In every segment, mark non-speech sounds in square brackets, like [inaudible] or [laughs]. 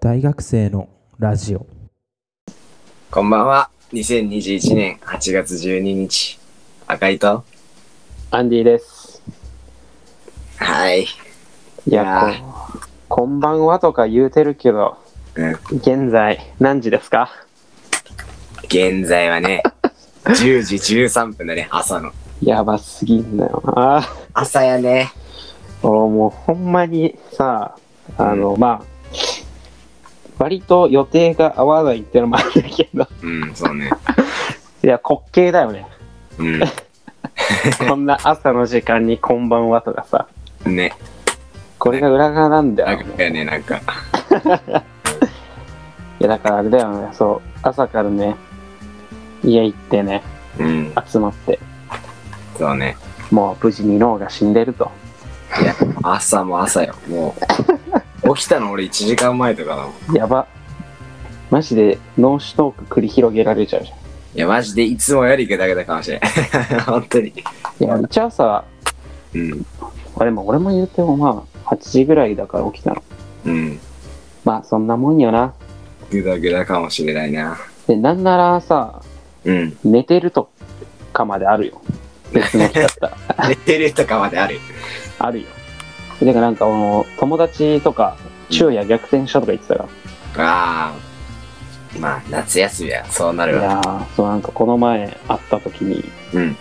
大学生のラジオこんばんは。2021年8月12日。赤いと。アンディです。はい。いいやや、こんこんばんはとか言うてるけど、うん現在何時ですか現在はね、10時13分だね、朝の。やばすぎんだよな。朝やね。俺もうほんまにさ、あの、まあ、割と予定が合わないってのもあるけど、うん、そうね。いや、滑稽だよね。うこんな朝の時間にこんばんはとかさ、ん。ね。これが裏側なんだなよんね。かやね、なんか。いや、だからあれだよね、そう、朝からね、家行ってね、うん、集まって、そうね。もう無事に脳が死んでると。いや、朝も朝よ。もう、起きたの俺1時間前とかだもん。やば。マジで、ノンシュトーク繰り広げられちゃうじいや、マジでいつもよりぐだぐだかもしれん。 [laughs] 本当に。ゃん。いや、うちはさ、うん。あれも俺も言うてもまあ、8時ぐらいだから起きたの。うん。まあ、そんなもんよな。ぐだぐだかもしれないな。で、なんならさ、うん。寝てるとかまであるよ。別の日だったら。寝てるとかまである。あるよ。でだからなんか、あの、友達とか、昼夜逆転したとか言ってたかああ。まあ、夏休みや、そうなら。るいわ。やー、そうなんかこの前会った時に、うん。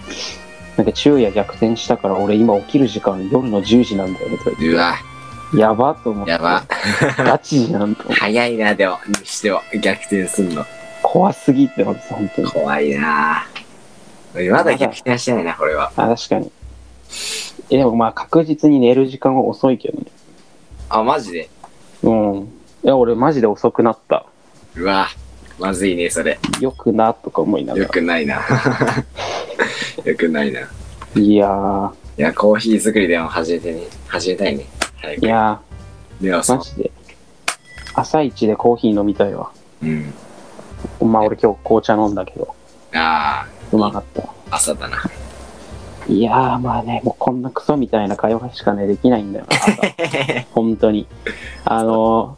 なんか昼夜逆転したから俺今起きる時間夜の10時なんだよねとか言ってうわ、やばと思って。やば。。ガチじゃんと思って早いな、でも、にしても、逆転すんの。怖すぎって思ってた本当に怖いな俺まだ逆転はしてないな、これは。あ確かにえでもまあ確実に寝る時間は遅いけどねあ、マジで。うんいや俺マジで遅くなったうわ、まずいね、それ。よくなとか思いながよらくない [laughs] な。よくないな。いいやーや、コーヒー作りでも始めてね。始めたいね。早いく。やでもーそマジで朝一でコーヒー飲みたいわう。うん。まあ俺今日紅茶飲んだけどあうまかったあ、朝だな。いやーまあねもうこんなクソみたいな会話しかねできないんだよな朝 [laughs] 本当にあの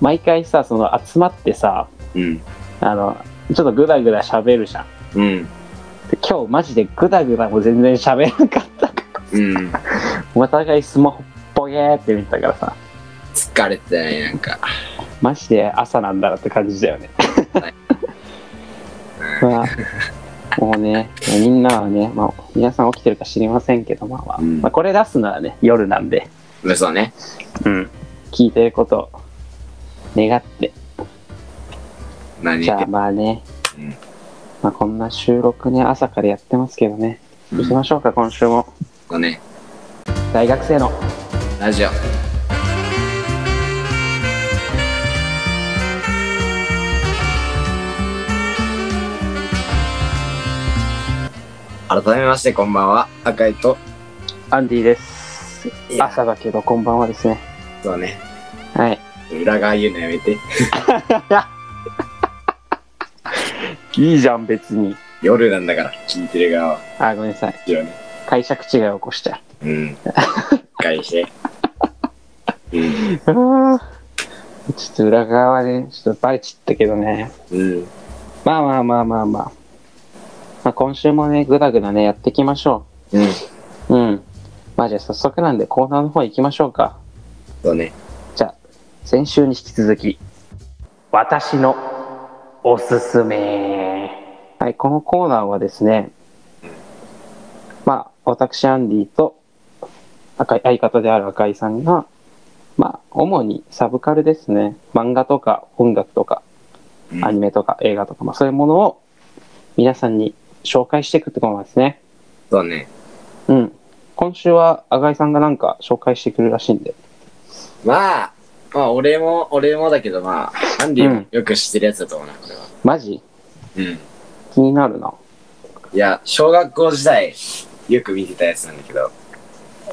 ー毎回さその集まってさうん。あのちょっとグダグダ喋るじゃんうん。で今日マジでグダグダも全然喋らなかったうん。 [laughs] お互いスマホボゲーって見てたからさ疲れてない、なんか。マジで朝なんだなって感じだよねまあもうねみんなはね、まあ、皆さん起きてるか知りませんけど、まあまあうんまあこれ出すのはね夜なんで、うんそうね。うん、聞いてることを願って何じゃあまあね、うんまあ、こんな収録ね朝からやってますけどね行きましょうか今週もそうね。大学生のラジオ。改めまして、こんばんは。赤いと。アンディですいや朝だけどこんばんはですねそうね。はい裏側言うのやめて。いいじゃん、別に。夜なんだから、聞いてる側は。あ、ごめんなさい。一応ね。解釈違いを起こしち [laughs] ゃうん。返して。うんう。。ちょっと裏側はね、ちょっとバレちったけどね。うん。まあまあまあまあまあ。まあ、今週もね、ぐだぐだね、やっていきましょうん。う。うん。まあじゃあ早速なんでコーナーの方行きましょうか。そうね。じゃあ、先週に引き続き、私のおすすめ。はい、このコーナーはですね、まあ、私、アンディと、赤い、相方である赤井さんが、まあ、主にサブカルですね。漫画とか音楽とか、うんアニメとか映画とか、まあ、そういうものを皆さんに紹介していくってコーナーですね。そうね。うん。今週は赤井さんがなんか紹介してくるらしいんで。まあ、まあ、俺も、俺もだけど、まあ、アンディもよく知ってるやつだと思うな、これは。マジうん。気になるな。いや、小学校時代、よく見てたやつなんだけど。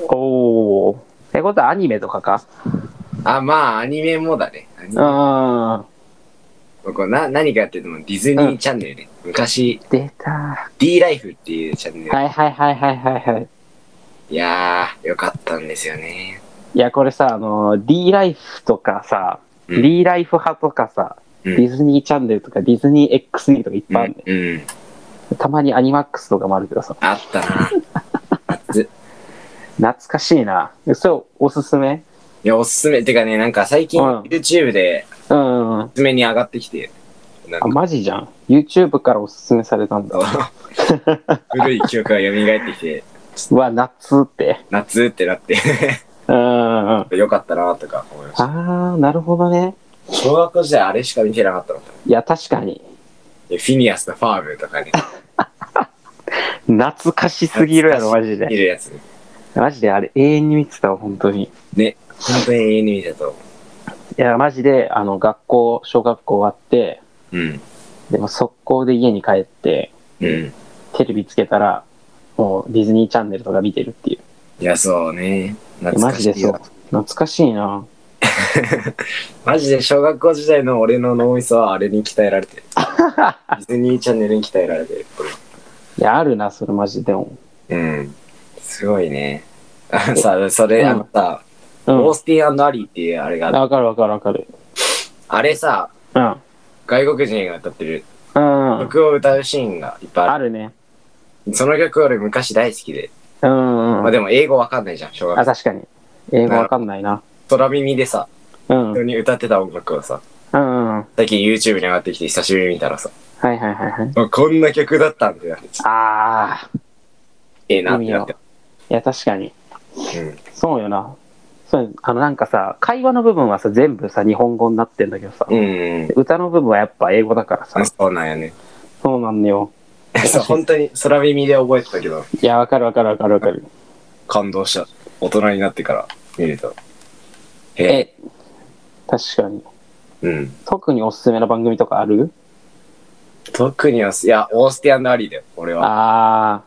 おお。ってことはアニメとかかあ、まあ、アニメもだね。アニメあこれな何かやってても、ディズニーチャンネルね。昔、ー出た D ライフっていうチャンネル。はいはいはいはいはいはい。いやー、よかったんですよね。いや、これさ、あのー、D ライフとかさ、うんリーライフ派とかさ、うんディズニーチャンネルとかディズニー XD とかいっぱいあるね、うんうん。たまにアニマックスとかもあるけどさ、あったな。懐かしいな。それおすすめいや、おすすめ。てかね、なんか最近うん YouTube でうんうんうん。おすすめに上がってきて、なんあ、かマジじゃん。YouTube からおすすめされたんだ。 [laughs] 古い記憶が蘇ってきて、うわ、夏って。夏ってなって、 [laughs] うんうんうん。よかったなとか思いました。あー、なるほどね。小学校時代あれしか見てなかったの。いや、確かに。フィニアスのファームとかね、懐かしすぎるやろ、マジ見で。るやつ。本マジであれ、永遠に見てたわ、本当に。い当に永遠に見てたと思や、マジで、あの、学校、小学校終わって、う。うん。でも速攻で家に帰って、うん。テレビつけたら、もうディズニーチャンネルとか見てるっていう。いや、そうね。懐マかジしでいそうよ。。懐かしいな。マジで小学校時代の俺の脳みそはあれに鍛えられて [laughs] る。ディズニーチャンネルに鍛えられてる。いや、あるな、それマジでも。うん。すごいね。あさあ、それ、あのさ、うん。オースティンアリーっていうあれがあって、わかるわかるわかる。あれさ、うん。外国人が歌ってるうんうん。曲を歌うシーンがいっぱいあある。るね。その曲俺昔大好きで。うんまうあん。でも英語わかんないじゃん、小あ、学校。確かに。英語わかんないな。空耳でさ、うん。うん人に歌ってた音楽をさ、うんうん。最近 YouTube に上がってきて久しぶりに見たらさ、はいはいはいはい。あこんな曲だったんだよ。ああ。ええなってなって。いや、確かに。うん。そうよな。そう、あの、なんかさ、会話の部分はさ、全部さ、日本語になってんだけどさ、うん、うん。歌の部分はやっぱ英語だからさ、そうなんやね。そうなんだよ。 [laughs] そう、本当に空耳で覚えてたけど、いや、わかるわかるわかるわかる。感動した。大人になってから見ると。へえ。え、確かに。うん。特におすすめの番組とかある特には、いや、オースティンアリーだよ、俺は。ああ、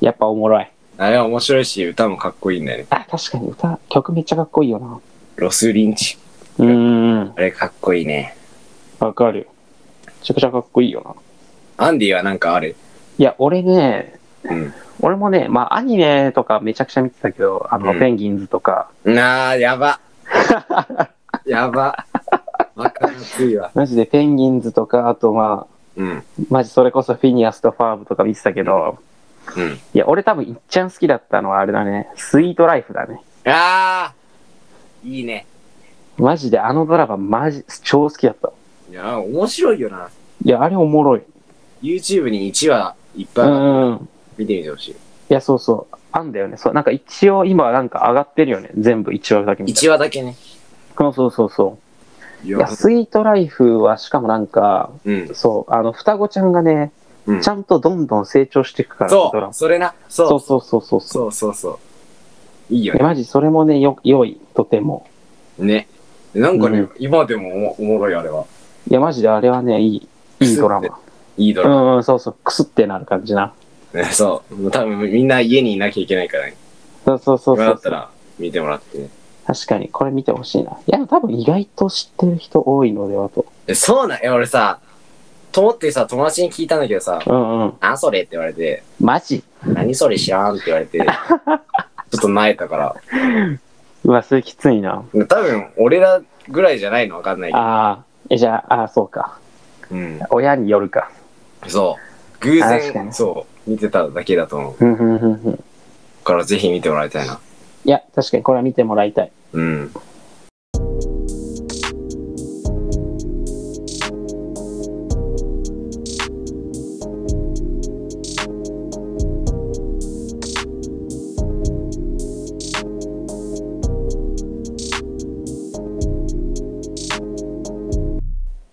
やっぱおもろい。あれは面白いし、歌もかっこいいんだよね。あ、確かに歌、曲めっちゃかっこいいよな。ロス・リンチ。うーん、あれかっこいいね。わかる。めちゃくちゃかっこいいよな。アンディはなんかある。いや、俺ね、うん。俺もね、まあアニメとかめちゃくちゃ見てたけど、あの、うんペンギンズとか、なあ、やば。やば。わかりやすいわ。マジでペンギンズとか、あとまあ、うん。マジそれこそフィニアスとファーブとか見てたけど、うん。いや、俺多分いっちゃん好きだったのはあれだね、スイートライフだね。ああいいね。マジであのドラママジ、超好きだった。いや、面白いよな。いや、あれおもろい。 YouTube に1話いっうぱいあるん。見てみてほしい。いや、そうそう。あんだよね。そう、なんか一応今はなんか上がってるよね。全部一話だけみたい1話だけね。な。そうそうそうそ。いういや、スイートライフはしかもなんか、うん。そう、あの、双子ちゃんがね、うんちゃんとどんどん成長していくから、そドラマう、それな。そそうう。そうそうそうそう。そうそうそう。いいよえね。マジそれもね、よ、良い、とても。ね。なんかね、うん今でもおもおもろいあれは。いや、マジであれはね、いい、いいドラくすマ。いいドうラマ。んうん、そうそう、くすってなる感じな。ね、そう。もう多分みんな家にいなきゃいけないからね。そうそうそう今そだっうた。ら見てもらってね。確かに、これ見てほしいな。いや、多分意外と知ってる人多いのではと。えそうなんや、俺さ、と思ってさ、友達に聞いたんだけどさ、うんうん。何それって言われて、マジ何それ知らんって言 [laughs] われて、ちょっと泣いたから。うわ、それきついな。多分、俺らぐらいじゃないのわかんないけああ、え、じゃあ、ああ、そうか。ど。うん。親によるか。そう。偶確か然、にそう、見てただけだと思う。うんうんうんうん。からぜひ見てもらいたいな。いや、確かにこれは見てもらいたい。うん。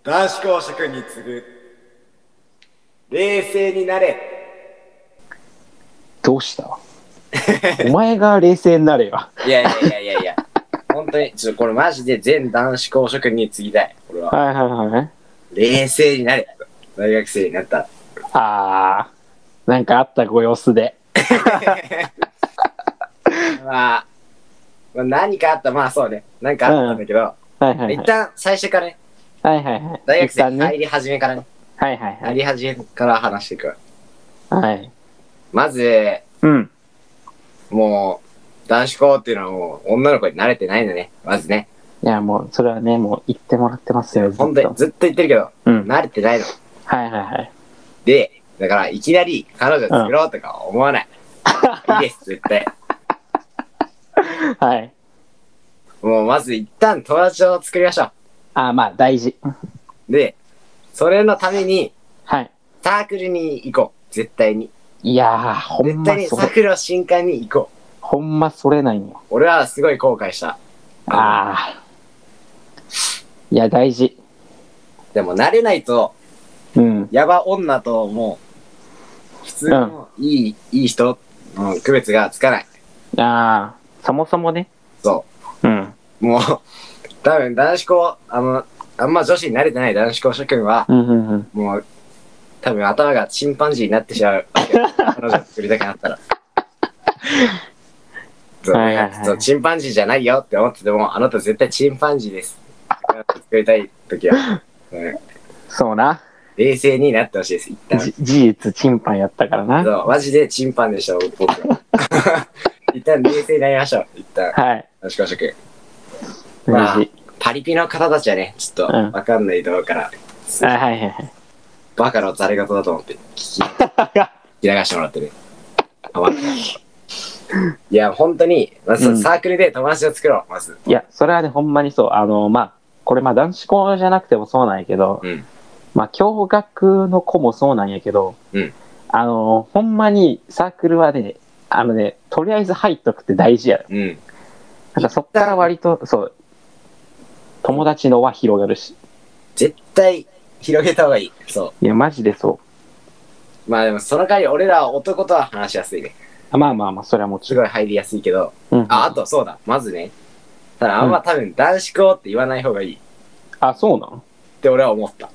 男子公爵に次ぐ冷静になれどうした [laughs] お前が冷静になれよ。いやいやいやいやいや本当にちょっとこれマジで全男子公職に継ぎたい俺ははいはいはい。冷静になれ大学生になったああ、なんかあったご様子で。まあ、まあ何かあったまあそうね何かあったんだけど、はいはい一はい。旦最初からねはいはいはい。大学一旦生ね。入り始めからねはいはいは入い。り始めから話していくわはい。まずうん。もう男子校っていうのはもう女の子に慣れてないんだねまずねいいや、もう、それはね、もう言ってもらってますよ、ずほんっとにと。ずっと言ってるけど、うん。慣れてないの。はいはいはい。で、だから、いきなり彼女作ろうとか思わ [laughs] ない。いいです、絶対。はい。もう、まず一旦友達を作りましょあ、まあ、大事。う。で、それのために、はい。サークルに行こう。絶対に。いやー、ほん絶ま対にそサーれ、クルを新刊に行こう。ほんまそれなんよ。俺はすごい後悔した。あー。いや、大事。でも慣れないと、うん。ヤバ女ともう、普通のいい、いい人の区別がつかない。あー。そもそもね。そうん。う。もう、多分男子校、あの、あんま女子に慣れてない男子校諸君は、うんうんうん。もう、多分頭がチンパンジーになってしまう。彼女作りたくなったら。そう [laughs] はいはいはいそうチンパンジーじゃないよって思ってても、あなた絶対チンパンジーです。彼女作りたい時は、うんそうな。冷静になってほしいです、一旦。じ事実、チンパンやったからな。そう、マジでチンパンでした、僕は。 [laughs] 一旦冷静になりましょう。一旦、はい。よしこしょく。まあ大事。パリピの方たちはね、ちょっとうんわかんないところから、あはいはいはい。バカのざれ言だと思って聞き、聞き流してもらってる。あわかんないいや、本当に、まず、うんサークルで友達を作ろう、まず。いや、それはね、ほんまにそう。あの、まあ、これ、まあ、男子校じゃなくてもそうなんやけど、うんまあ、共学の子もそうなんやけど、うんあの、ほんまにサークルはね、あのね、とりあえず入っとくって大事や。うん。なんかそっから割と、そう、友達の輪広がるし。絶対、広げた方がいい。そ。いや、マジでそうまあでも、その代わり俺らは男とは話しやすいね。う。まあまあまあ、それはもちすろん。ごい入りやすいけど。うん、あ、あと、そうだ。まずね。ただ、あんま多分、男子校って言わない方がいい。っあ、そうなんて俺は思った。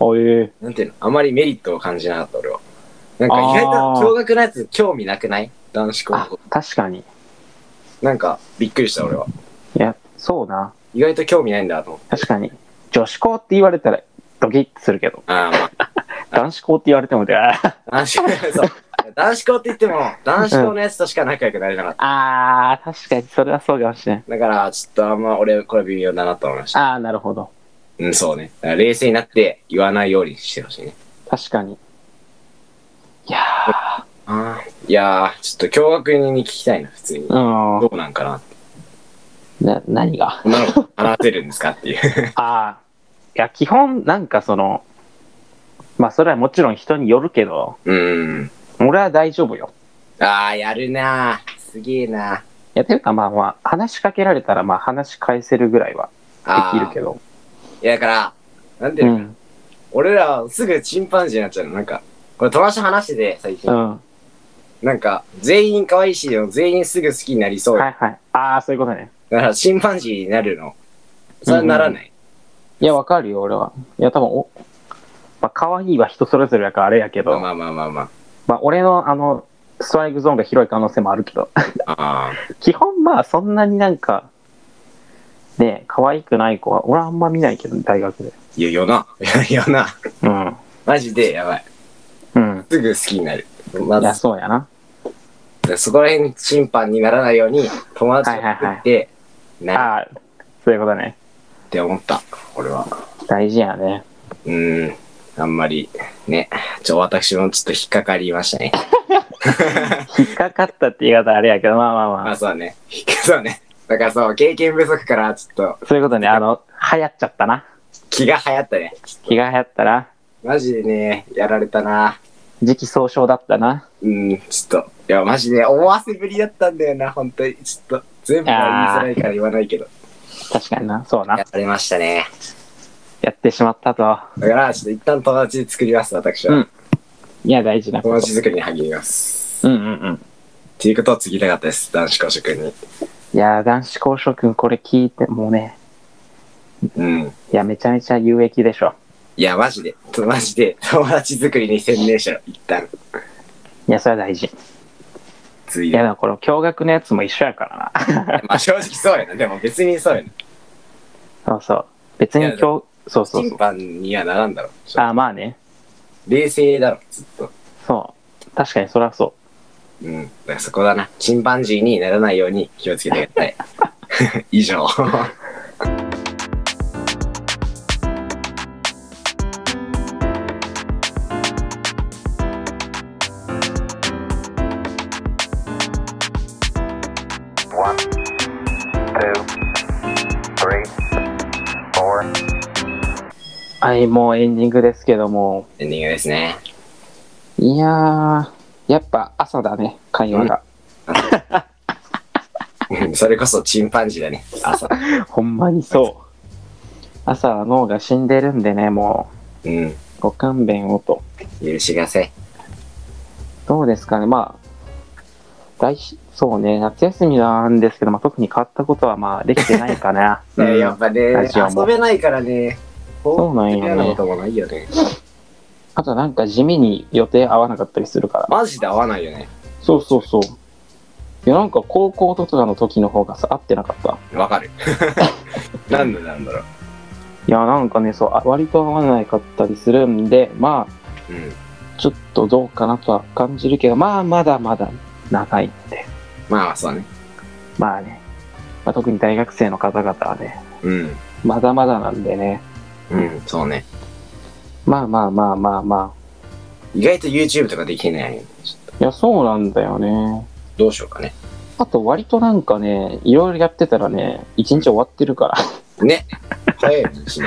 おえなんていうのあまりメリットを感じなかった俺は。なんか意外あーと驚愕のやつ興味なくない男子あ校。、確かに。なんかびっくりした俺は。いや、そうな。意外と興味ないんだと思って。確かに。女子校って言われたら、ドキッとするけど、ああ、ま男子校って言われても、あーあ、男子校、 [laughs] そう。男子校って言っても、男子校のやつとしか仲良くなれなかった。あー、確かに、それはそうかもしれん。だから、ちょっとあんま俺、これ微妙だなと思いました。あー、なるほど。うん、そうね。だから冷静になって言わないようにしてほしいね。確かに。いやああ。いやー、ちょっと驚愕に聞きたいな、普通に。ー、どうなんかなって。うん。な、何が女の子話せるんですかっていう。 [laughs] あー、いや、基本、なんかその、まあ、それはもちろん人によるけど、うん。俺は大丈夫よ。ああ、やるなー。すげえなー。いや、ていうかまあまあ、話しかけられたら、まあ、話し返せるぐらいはあでーきるけど。いや、だから、なんていううの、ん。俺らすぐチンパンジーになっちゃうの。なんか、これ友達と話してて、最う近。ん。はなんか、全員可愛いし、でも全員すぐ好きになりそ。いうはい。ああ、そういうことね。だから、チンパンジーになるの。それはならない。いや、わかるよ、俺は。いや、多分、お、まあ、可愛いは人それぞれやからあれやけど、まあまあまあままあ、俺の、あの、ストライクゾーンが広い可能性もあるけど。あ。ああ。基本まあそんなになんか、ねえ、可愛くない子は、俺はあんま見ないけど、大学で。いや、よな。いやよな。うん。マジで、やばい。うん。すぐ好きになる。いや、まず、そうやな。そこら辺チンパンにならないように、友達と作って、なるああ、そういうことね。って思った。俺は。大事やね。うーん。あんまり、ね。ちょ、私もちょっと引っかかりましたね。引っかかったって言い方あれやけど、まあまあまあ、そうだね。そうね。だからそう、経験不足から、ちょっと、あ。そういうことね、あの、流行っちゃったな。気が流行ったね。気が流行ったな。マジでね、やられたな。時期尚早だったな。うん、ちょっと。いや、マジで思わせぶりだったんだよな、本当に。ちょっと、全部は言いづらいから言わないけど。確かにな。そうなや。られましたね。やってしまったと。だから、ちょっと一旦友達作ります、私は。うんいや、大事なこ友と達。作りに励みます。うんうんうん。っていうことを継ぎたかったです、男子講師君に。いや、男子校職君これ聞いて、もうね、うん。いや、めちゃめちゃ有益でしょ。いや、マジで、とマジで、友達作りに専念しろ、一旦。いや、それは大事。継いいや、で。でもこの驚愕のやつも一緒やからな。まあ、正直そうやな。でも別にそうやな。そうそう。別に今日、そうそチうンそう。パンにはならんだろ。あまあね。冷静だろ、ずっと。そう。確かにそりゃそうん。だからそこだ [laughs] な。チンパンジーにならないように気をつけてください。以上。 One, two, three, four. はい、もうエンディングですけども。エンディングですね。いやー、やっぱ朝だね、会話が。それこそチンパンジーだね。 [laughs] 朝。ほんまにそう。朝は脳が死んでるんでね、もうん。う、ご勘弁をと。許しがせ。どうですかね、まあ、来しそうね、夏休みなんですけど、まあ、特に変わったことは、まあ、できてないか [laughs] な。ね、やっぱね、ラジオも遊べないからね。そうなんよね嫌なこともないよね。あとなんか地味に予定合わなかったりするから。マジで合わないよね。そうそうそう。いや、なんか高校とかの時の方がさ、合ってなかった。わ [laughs] かる。なんでなんだろう。いや、なんかね、そう、あ割と合わなかったりするんで、まあ、うん。ちょっとどうかなとは感じるけど、まあ、まだまだ長いんで。まあ、そうね。まあね、まあ、特に大学生の方々はね、うん。まだまだなんでね。うん、そうね。まあまあまあまあま意外と YouTube とかできないよね。あ。いや、そうなんだよね。どうしようかね。あと、割となんかね、いろいろやってたらね、一日終わってるから。 [laughs] ね。早いよね一日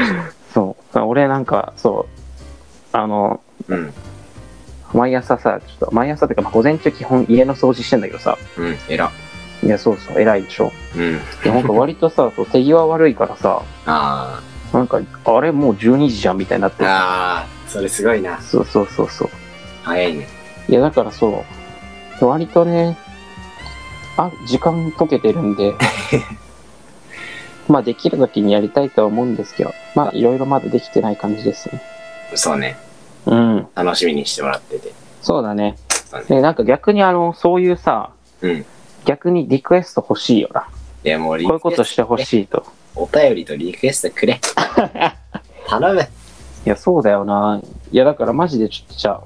そう。俺なんか、そう、あの、うん。毎朝さ、ちょっと、毎朝っていうか、まあ、午前中基本家の掃除してんだけどさ、うん、偉。いや、そうそう、偉いでしょ。うん。いや、なんか割とさ、 [laughs] そう手際悪いからさ、あなんか、あれもう12時じゃんみたいになっあ。てる。ああ、それすごいな。そうそうそうそう。早いね。いや、だからそう、割とね、あ、時間溶けてるん [laughs] で、まあできる時にやりたいとは思うんですけど、まあいろいろまだできてない感じですね。そうね。うん。楽しみにしてもらってて。そうだね。そうねで、なんか逆にあの、そういうさ、うん。い逆にリクエスト欲しいよな。や、もうリこういうことしてほしいと。お便りとリクエストくれ。 [laughs] 頼む。いや、そうだよな。いや、だからマジでちょっとじゃあ、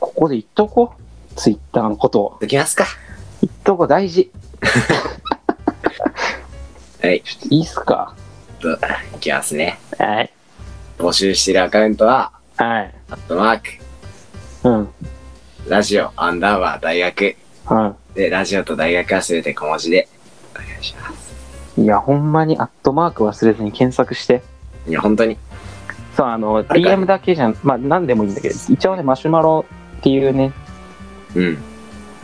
ここで言っとこう。ツイッターのことを。できますか。言っとこう、大事。 [laughs] はい。ちょっといいっすかいきますね。はい。募集してるアカウントは、はい。アットマーク、うん。うん。ラジオ、アンダーバー、大学。で、ラジオと大学はすべて小文字で。お願いします。いや、ほんまにアットマーク忘れずに検索して。いや、本当に。そう、ああの、れか DM だけじゃん、まあ、なんでもいいんだけど、一応ね、マシュマロっていうね、うん。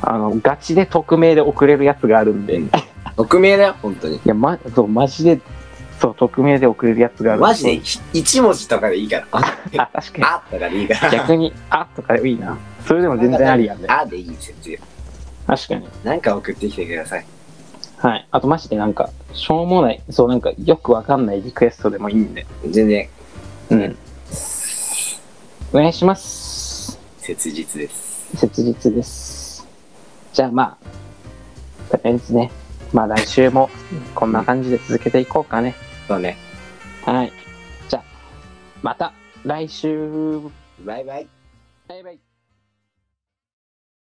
あの、ガチで匿名で送れるやつがあるんで、うんい匿名だよ、本当に。や、ま、そう、マジで、そう、匿名で送れるやつがあるんマジで、ひ一文字とかでいいから。あ、あ、確かあとかでいいから。に。逆に、あとかいいな。それでも全然ありやんね。あでいい、全然。確かに。なんか送ってきてください。はい。あと、マジでなんか、しょうもない、そう、なんか、よくわかんないリクエストでもいいんで。全然、うん。お願いします。切実です。切実です。じゃあまあ、とりあえずね、まあ来週もこんな感じで続けていこうかね。そうね。はい。じゃあ、また来週バイバイ。バイバイ